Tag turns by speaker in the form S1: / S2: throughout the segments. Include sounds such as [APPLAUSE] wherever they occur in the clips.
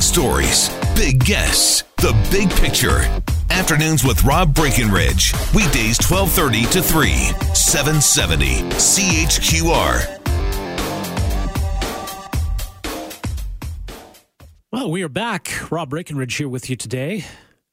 S1: stories, big guests, the big picture. Afternoons with Rob Breckenridge. Weekdays 1230 to 3, 770 CHQR.
S2: Well, we are back. Rob Breckenridge here with you today.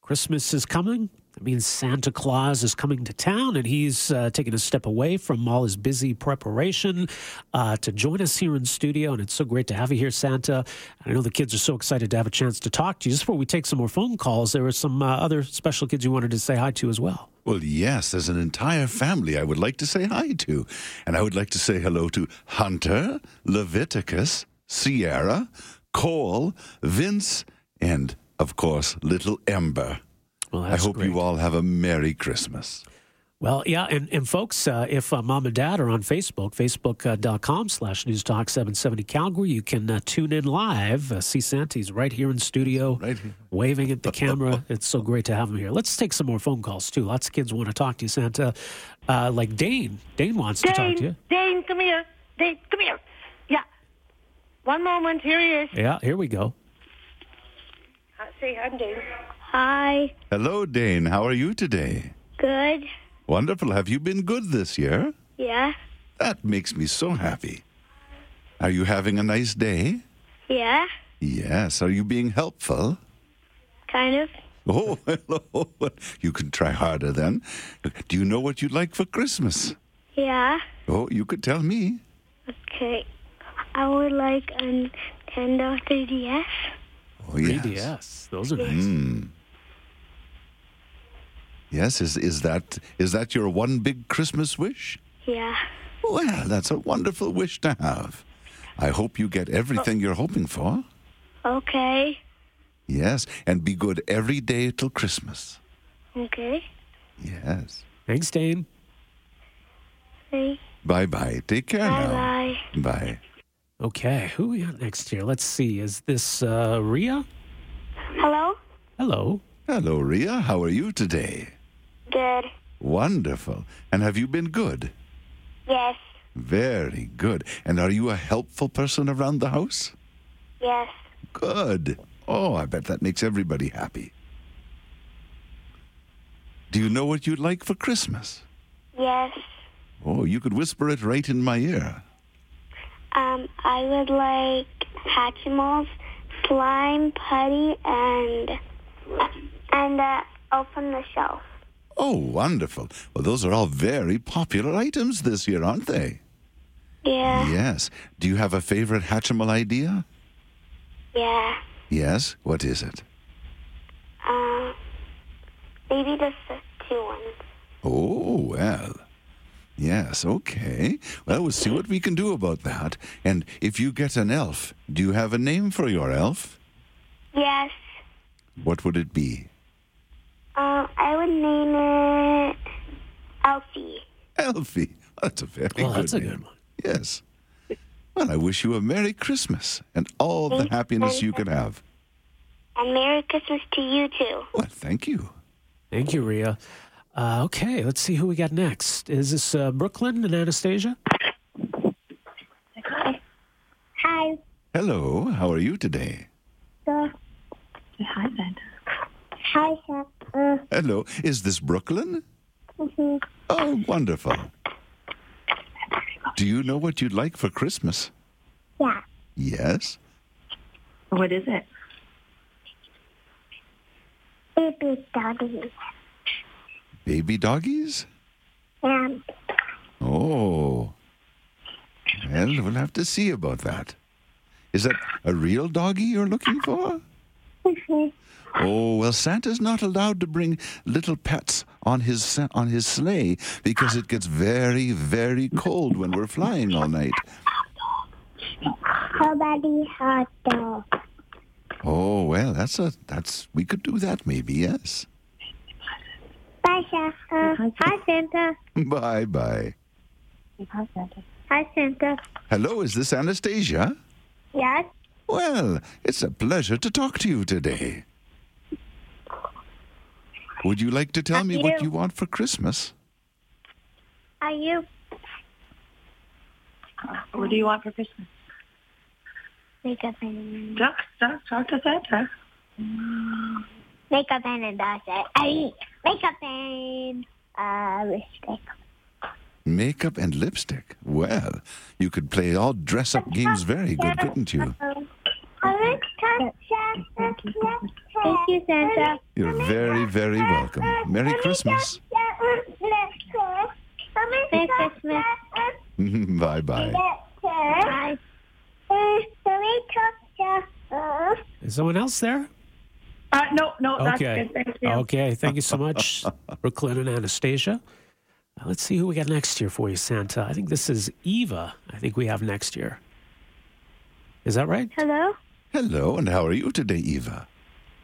S2: Christmas is coming. That means Santa Claus is coming to town, and he's uh, taking a step away from all his busy preparation uh, to join us here in studio. And it's so great to have you here, Santa. I know the kids are so excited to have a chance to talk to you. Just before we take some more phone calls, there were some uh, other special kids you wanted to say hi to as well.
S3: Well, yes, there's an entire family I would like to say hi to. And I would like to say hello to Hunter, Leviticus, Sierra, Cole, Vince, and, of course, little Ember.
S2: Well,
S3: I hope
S2: great.
S3: you all have a Merry Christmas.
S2: Well, yeah, and, and folks, uh, if uh, mom and dad are on Facebook, facebook.com slash news talk 770 Calgary, you can uh, tune in live. Uh, see Santi's right here in studio,
S3: Right here.
S2: waving at the camera. it's so great to have him here. Let's take some more phone calls, too. Lots of kids want to talk to you, Santa. Uh, like Dane. Dane wants to talk to you.
S4: Dane, Dane, come here. Dane, come here. Yeah. One moment. Here he is.
S2: Yeah, here we go.
S4: Uh, say hi, Dane. Hi.
S3: Hello, Dane. How are you today?
S5: Good.
S3: Wonderful. Have you been good this year?
S5: Yeah.
S3: That makes me so happy. Are you having a nice day?
S5: Yeah.
S3: Yes. Are you being helpful?
S5: Kind of.
S3: [LAUGHS] Oh, hello. [LAUGHS] You can try harder then. Do you know what you'd like for Christmas?
S5: Yeah.
S3: Oh, you could tell me.
S5: Okay. I would like a Nintendo 3DS.
S3: Oh, yes. Mm.
S2: 3DS. Those are nice.
S3: Yes, is, is, that, is that your one big Christmas wish?
S5: Yeah.
S3: Well, that's a wonderful wish to have. I hope you get everything you're hoping for.
S5: Okay.
S3: Yes, and be good every day till Christmas.
S5: Okay.
S3: Yes.
S2: Thanks, Dane.
S5: Bye
S3: Bye bye. Take care now.
S5: bye.
S3: Bye.
S2: Okay, who we got next here? Let's see. Is this uh, Ria?
S5: Hello?
S2: Hello.
S3: Hello, Ria. How are you today?
S5: Good.
S3: Wonderful. And have you been good?
S5: Yes.
S3: Very good. And are you a helpful person around the house?
S5: Yes.
S3: Good. Oh, I bet that makes everybody happy. Do you know what you'd like for Christmas?
S5: Yes.
S3: Oh, you could whisper it right in my ear.
S5: Um, I would like Hatchimals, slime, putty, and and uh, open the shelf.
S3: Oh, wonderful. Well, those are all very popular items this year, aren't they?
S5: Yeah.
S3: Yes. Do you have a favorite Hatchimal idea?
S5: Yeah.
S3: Yes. What is it?
S5: Um, maybe just the two ones.
S3: Oh, well. Yes, okay. Well, we'll see what we can do about that. And if you get an elf, do you have a name for your elf?
S5: Yes.
S3: What would it be?
S5: Um, I would name it Elsie.
S3: Elfie. That's a very
S2: Well,
S3: good
S2: Oh, that's a
S3: name.
S2: good one.
S3: Yes. Well, I wish you a Merry Christmas and all the happiness you can have.
S5: And Merry Christmas to you too.
S3: Well, thank you.
S2: Thank you, Ria. Uh, okay, let's see who we got next. Is this uh, Brooklyn and Anastasia?
S5: Hi.
S3: Hello, how are you today?
S5: So,
S6: Hi, Santa.
S5: hi, Santa.
S3: Hello, is this Brooklyn?
S5: Mhm.
S3: Oh, wonderful. Do you know what you'd like for Christmas?
S5: Yeah.
S3: Yes.
S6: What is it?
S5: Baby doggy.
S3: Baby doggies?
S5: Um,
S3: Oh. Well, we'll have to see about that. Is that a real doggy you're looking for? Oh, well, Santa's not allowed to bring little pets on his sa- on his sleigh because it gets very, very cold when we're flying all night.
S5: how about the hot dog?
S3: Oh, well, that's a that's we could do that maybe, yes.
S5: Bye, Santa. Oh, Hi, Santa.
S3: Bye-bye.
S6: Hi, Santa.
S5: Hi, Santa.
S3: Hello, is this Anastasia?
S5: Yes.
S3: Well, it's a pleasure to talk to you today. Would you like to tell me what you want for Christmas?
S5: Are you
S6: What do you want for Christmas?
S5: Make a banana.
S6: Talk, talk, talk to Santa.
S5: Make a banana. I make a banana. Uh, mistake.
S3: Makeup and lipstick. Well, you could play all dress up games very good, couldn't you?
S5: Thank you, Santa.
S3: You're very, very welcome. Merry Christmas. [LAUGHS]
S5: Merry Christmas.
S3: bye bye.
S5: Bye.
S2: Is someone else there?
S6: Uh, no, no, that's
S2: Okay.
S6: good. Thank you.
S2: Okay. Thank you so much, Brooklyn and Anastasia. Uh, Let's see who we got next year for you, Santa. I think this is Eva. I think we have next year. Is that right?
S5: Hello.
S3: Hello, and how are you today, Eva?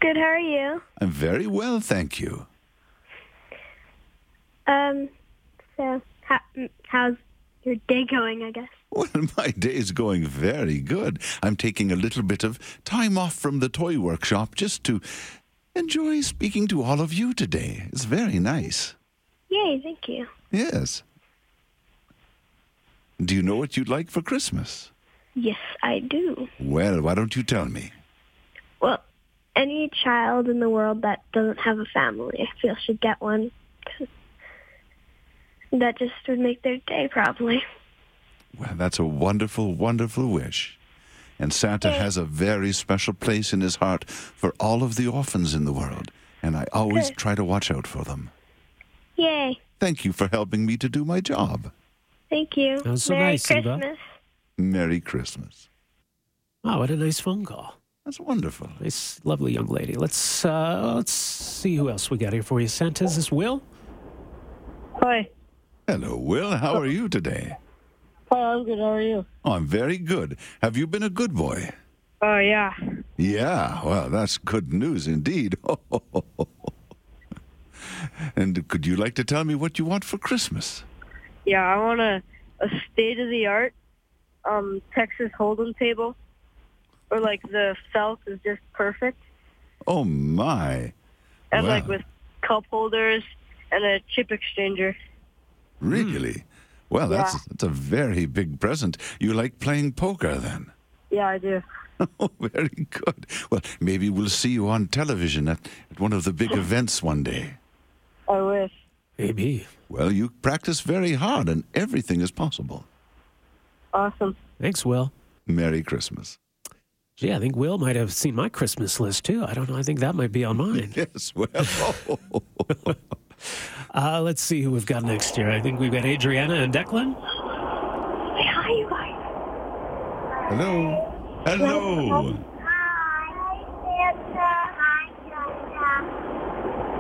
S5: Good. How are you?
S3: I'm very well, thank you.
S5: Um. So, how, mm, how's your day going? I guess.
S3: Well, my day's going very good. I'm taking a little bit of time off from the toy workshop just to enjoy speaking to all of you today. It's very nice.
S5: Yay! Thank you.
S3: Yes. Do you know what you'd like for Christmas?
S5: Yes, I do.
S3: Well, why don't you tell me?
S5: Well, any child in the world that doesn't have a family, I feel, should get one. 'cause That just would make their day, probably.
S3: Well, that's a wonderful, wonderful wish. And Santa has a very special place in his heart for all of the orphans in the world. And I always try to watch out for them.
S5: Yay!
S3: Thank you for helping me to do my job.
S5: Thank you.
S2: That was so
S5: Merry
S2: nice, Eva.
S5: Christmas.
S3: Merry Christmas.
S2: Wow, what a nice phone call.
S3: That's wonderful.
S2: Nice, lovely young lady. Let's uh, let's see who else we got here for you. Santa, is this Will?
S7: Hi.
S3: Hello, Will. How are you today?
S7: Hi, I'm good. How are you?
S3: Oh, I'm very good. Have you been a good boy?
S7: Oh, yeah.
S3: Yeah, well, that's good news indeed. [LAUGHS] and could you like to tell me what you want for Christmas?
S7: Yeah, I want a, a state-of-the-art um, Texas Hold'em table. Or, like, the felt is just perfect.
S3: Oh, my.
S7: And,
S3: Wow.
S7: like, with cup holders and a chip exchanger.
S3: Really? Well,
S7: Yeah.
S3: that's that's a very big present. You like playing poker then? [LAUGHS]
S7: Yeah, I do.
S3: Oh, very good. Well, maybe we'll see you on television at, at one of the big events one day.
S7: I wish.
S2: Maybe.
S3: Well, you practice very hard and everything is possible.
S7: Awesome.
S2: Thanks, Will.
S3: Merry Christmas. [LAUGHS]
S2: Yeah, I think Will might have seen my Christmas list too. I don't know. I think that might be on mine.
S3: Yes, well. [LAUGHS]
S2: Uh, let's see who we've got next year. I think we've got Adriana and Declan.
S5: Hi, you guys.
S3: Hello. Hello.
S5: Hi, Santa. Hi,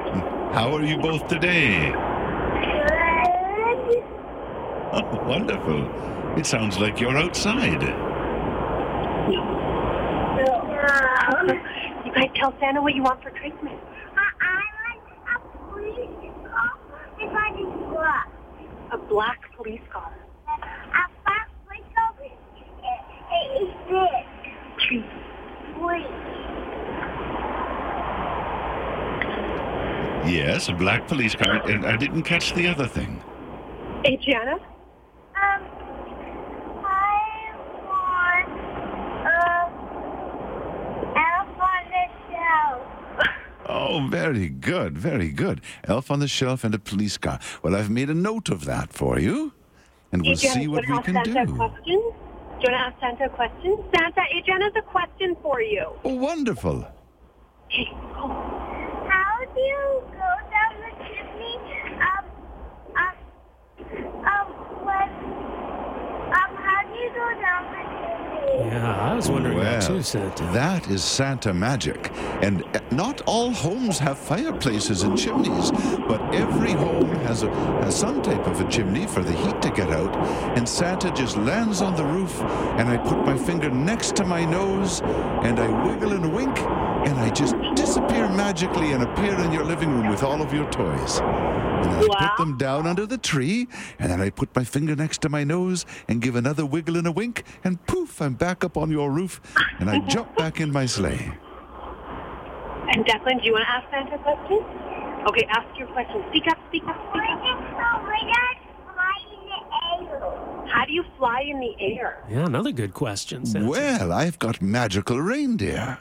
S5: Santa.
S3: How are you both today?
S5: Good.
S3: Oh, wonderful. It sounds like you're outside.
S4: You guys tell Santa what you want for Christmas.
S5: I like a police car if I can walk.
S4: A black police car.
S5: A fast whistle is this. Tree.
S3: Yes, a black police car. And I didn't catch the other thing.
S7: Adriana?
S5: Um, I want um, elf on the shelf.
S3: Oh, very good, very good. Elf on the Shelf and a police car. Well, I've made a note of that for you, and we'll see what we can
S7: Santa
S3: do.
S7: questions? Do you want to ask Santa a question? Santa, Adriana's a question for you.
S3: Oh, wonderful.
S5: How do you go down the chimney? Um, um, um, when, um, how do you go down the chimney?
S2: Yeah, I was wondering that
S3: Well,
S2: too, uh, Santa.
S3: That is Santa magic. And uh, not all homes have fireplaces and chimneys, but every home has, a, has some type of a chimney for the heat to get out. And Santa just lands on the roof, and I put my finger next to my nose, and I wiggle and wink, and I just disappear magically and appear in your living room with all of your toys. And then I put them down under the tree, and then I put my finger next to my nose and give another wiggle and a wink, and poof, I'm back up on your roof, and I jump back in my sleigh.
S7: And Declan, do you want to ask Santa a question? Okay, ask your question. Speak up, speak up, speak
S5: When
S7: up.
S5: it's so wet, it's flying in the air.
S8: How do you fly in the air?
S2: Yeah, another good question. Santa.
S3: Well, I've got magical reindeer.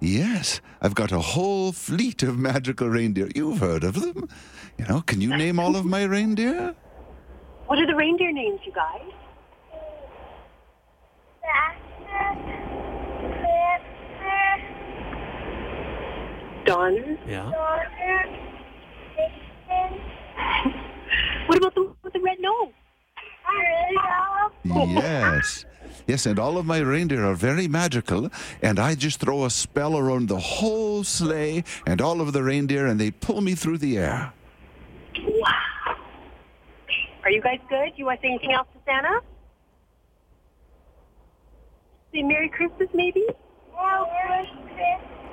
S3: Yes, I've got a whole fleet of magical reindeer. You've heard of them. You know, can you name all of my reindeer?
S8: What are the reindeer names, you guys? Donner.
S2: Yeah.
S8: What about the one with the red nose?
S3: Yes. Yes, and all of my reindeer are very magical, and I just throw a spell around the whole sleigh and all of the reindeer, and they pull me through the air.
S8: Wow. Are you guys good? You want to say anything else to Santa? Say Merry Christmas, maybe?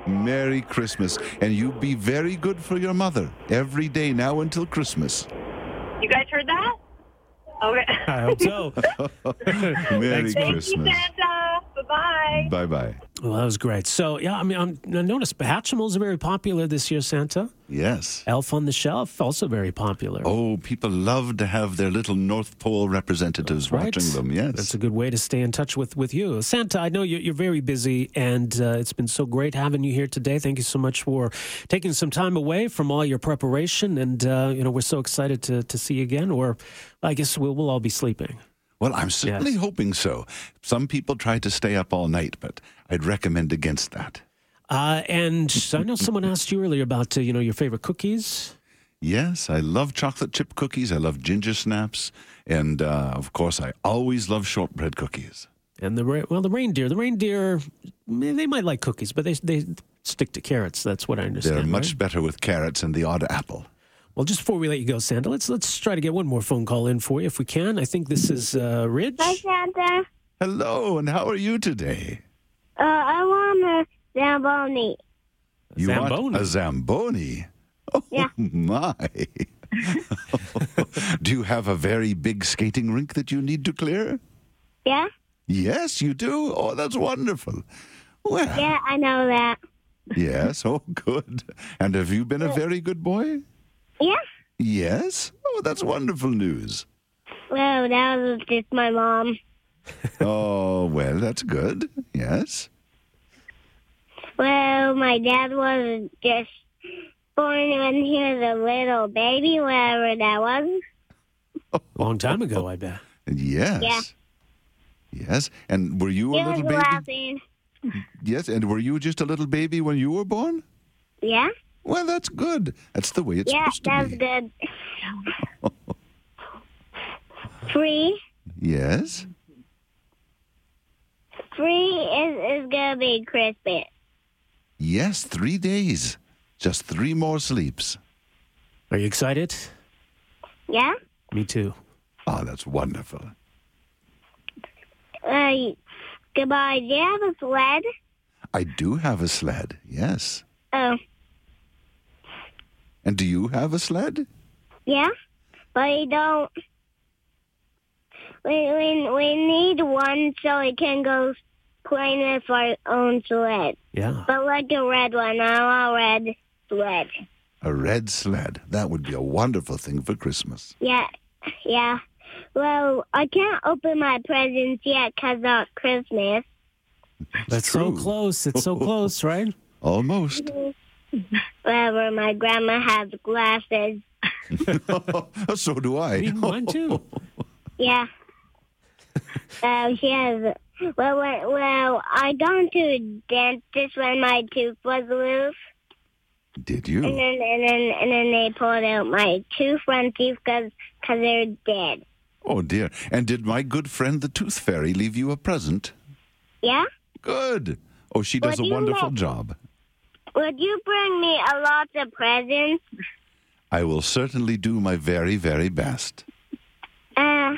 S3: Merry Christmas, and you be very good for your mother every day now
S8: [LAUGHS]
S3: until Christmas.
S8: You guys heard that? Okay.
S2: I hope so. [LAUGHS]
S3: Merry
S8: Thank you,
S3: Christmas.
S8: Santa. Bye-bye.
S3: Bye bye.
S2: Well, that was great. So, yeah, I mean, I'm, I noticed Hatchimals are very popular this year, Santa.
S3: Yes.
S2: Elf on the Shelf, also very popular.
S3: Oh, people love to have their little North Pole representatives
S2: Right?
S3: watching them. Yes.
S2: That's a good way to stay in touch with, with you. Santa, I know you're, you're very busy, and uh, it's been so great having you here today. Thank you so much for taking some time away from all your preparation. And, uh, you know, we're so excited to, to see you again, or I guess we'll, we'll all be sleeping.
S3: Well, I'm certainly
S2: Yes.
S3: hoping so. Some people try to stay up all night, but I'd recommend against that.
S2: Uh, and I know someone asked you earlier about, uh, you know, your favorite cookies.
S3: Yes, I love chocolate chip cookies. I love ginger snaps. And uh, of course, I always love shortbread cookies.
S2: And the re- well, the reindeer, the reindeer, eh, they might like cookies, but they they stick to carrots. That's what I understand.
S3: They're much
S2: right?
S3: better with carrots and the odd apple.
S2: Well, just before we let you go, Santa, let's let's try to get one more phone call in for you if we can. I think this is uh, Ridge.
S5: Hi, Santa.
S3: Hello, and how are you today?
S5: Uh, I want a Zamboni.
S3: You
S2: Zamboni.
S3: want a Zamboni? Oh,
S5: Yeah.
S3: my.
S5: [LAUGHS]
S3: Do you have a very big skating rink that you need to clear?
S5: Yeah?
S3: Yes, you do. Oh, that's wonderful. Well,
S5: Yeah, I know that.
S3: Yes. Oh, good. And have you been a very good boy?
S5: Yeah?
S3: Yes. Oh, that's wonderful news.
S5: Well, that was just my mom.
S3: Oh, well, that's good. Yes.
S5: Well, my dad was just born when he was a little baby, whatever that was.
S2: Long time ago, I bet.
S3: Yes.
S5: Yeah.
S3: Yes. And were you
S5: He
S3: a
S5: was
S3: little baby?
S5: laughing.
S3: Yes. And were you just a little baby when you were born?
S5: Yeah?
S3: Well, that's good. That's the way it's
S5: Yeah,
S3: supposed to
S5: that's
S3: be.
S5: good.
S3: [LAUGHS]
S5: Three.
S3: Yes.
S5: Three is, is going to be Christmas.
S3: Yes. Three days. Just three more sleeps.
S2: Are you excited?
S5: Yeah?
S2: Me too.
S3: Oh, that's wonderful.
S5: Uh, goodbye. Do you have a sled?
S3: I do have a sled. Yes.
S5: Oh,
S3: And do you have a sled?
S5: yeah? But we don't. We, we, we need one so we can go playing with our own sled.
S2: Yeah.
S5: But like a red one, not a red sled.
S3: A red sled. That would be a wonderful thing for Christmas.
S5: Yeah, yeah. Well, I can't open my presents yet 'cause it's not Christmas.
S2: That's so
S3: true.
S2: close. It's
S3: [LAUGHS]
S2: so close, right?
S3: Almost.
S5: Whatever, my grandma has glasses.
S3: [LAUGHS] so do I.
S2: Mine too.
S5: Yeah. Oh, she has. Well, well, well, I gone to a dentist when my tooth was loose,
S3: Did
S5: and
S3: you?
S5: then and then and then they pulled out my two front teeth because cause they're dead.
S3: Oh dear. And did my good friend the Tooth Fairy leave you a present?
S5: Yeah.
S3: Good. Oh, she
S5: What
S3: does
S5: do
S3: a
S5: you
S3: wonderful
S5: like?
S3: job.
S5: Would you bring me a lot of presents?
S3: I will certainly do my very, very best.
S5: Uh.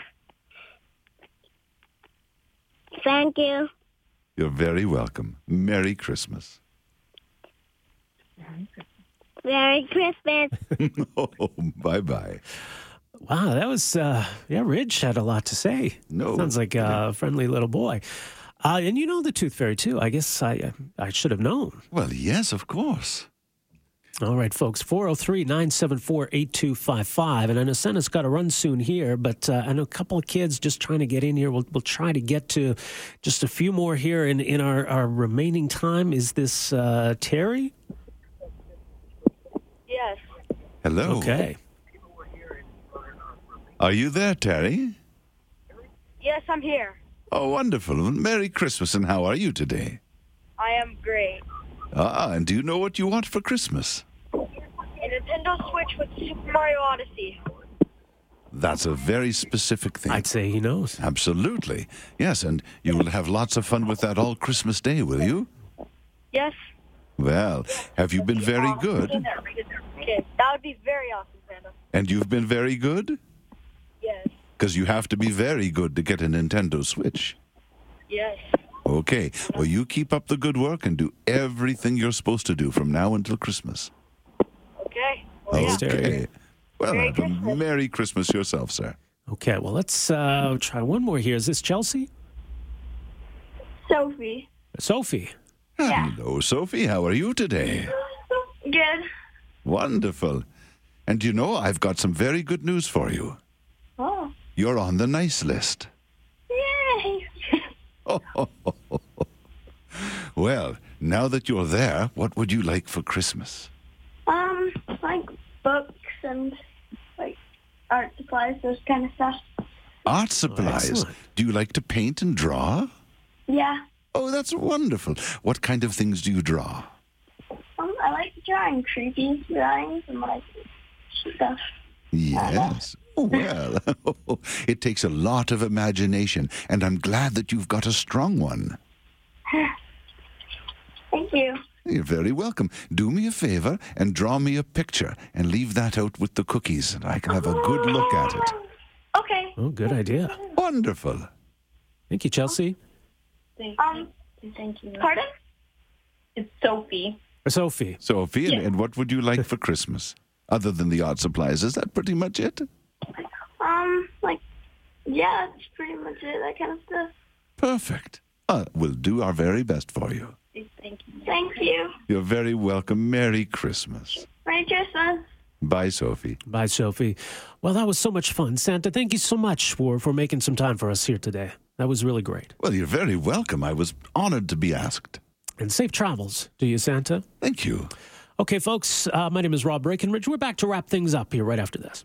S5: Thank you.
S3: You're very welcome. Merry Christmas. [LAUGHS]
S5: Merry Christmas.
S3: Oh, bye bye.
S2: Wow, that was uh, yeah. Ridge had a lot to say.
S3: No.
S2: sounds like a friendly little boy. Uh, and you know the Tooth Fairy too. I guess I I should have known.
S3: Well, yes, of course.
S2: All right, folks, 403 974 8255. And I know Senna's got to run soon here, but uh, I know a couple of kids just trying to get in here. We'll, we'll try to get to just a few more here in, in our, our remaining time. Is this uh, Terry?
S7: Yes.
S3: Hello.
S2: Okay.
S3: Are you there, Terry?
S7: Yes, I'm here.
S3: Oh, wonderful. Merry Christmas, and how are you today?
S7: I am great.
S3: Ah, and do you know what you want for Christmas?
S7: A Nintendo Switch with Super Mario Odyssey.
S3: That's a very specific thing.
S2: I'd say he knows.
S3: Absolutely. Yes, and you will have lots of fun with that all Christmas Day, will you?
S7: Yes.
S3: Well, have you been very good?
S7: Okay, that would be very awesome, Santa.
S3: And you've been very good?
S7: Yes.
S3: Because you have to be very good to get a Nintendo Switch.
S7: Yes.
S3: Okay. Well, you keep up the good work and do everything you're supposed to do from now until Christmas.
S7: Okay.
S3: Okay. Well,
S7: Merry
S3: have a Merry Christmas yourself, sir.
S2: Okay, well, let's uh, try one more here. Is this Chelsea?
S6: Sophie.
S2: Sophie.
S3: Hello, Sophie. How are you today?
S6: Good.
S3: Wonderful. And you know, I've got some very good news for you.
S6: Oh.
S3: You're on the nice list.
S6: Yay.
S3: Well, now that you're there, what would you like for Christmas?
S6: Um, like books and like art supplies, those kind of stuff.
S3: Art supplies.
S2: excellent.
S3: do you like to paint and draw?
S6: Yeah.
S3: Oh, that's wonderful. What kind of things do you draw?
S6: Um, I like drawing creepy drawings and like stuff.
S3: Yes. Oh, well, [LAUGHS] it takes a lot of imagination, and I'm glad that you've got a strong one.
S6: Thank you.
S3: You're very welcome. Do me a favor and draw me a picture and leave that out with the cookies, and I can have a good look at it.
S6: Okay.
S2: Oh, good idea.
S3: Wonderful.
S2: Thank you, Chelsea.
S6: Um, thank you. Pardon? It's Sophie.
S2: Or Sophie.
S3: Sophie, and, and what would you like for Christmas other than the art supplies? Is that pretty much it?
S6: Um, like, yeah, that's pretty much it. That kind of stuff.
S3: Perfect. Uh, we'll do our very best for you.
S6: Thank you.
S3: You're very welcome. Merry Christmas.
S6: Merry Christmas.
S3: Bye, Sophie.
S2: Bye, Sophie. Well, that was so much fun. Santa, thank you so much for, for making some time for us here today. That was really great.
S3: Well, you're very welcome. I was honored to be asked.
S2: And safe travels to you, Santa.
S3: Thank you.
S2: Okay, folks, uh, my name is Rob Breckenridge. We're back to wrap things up here right after this.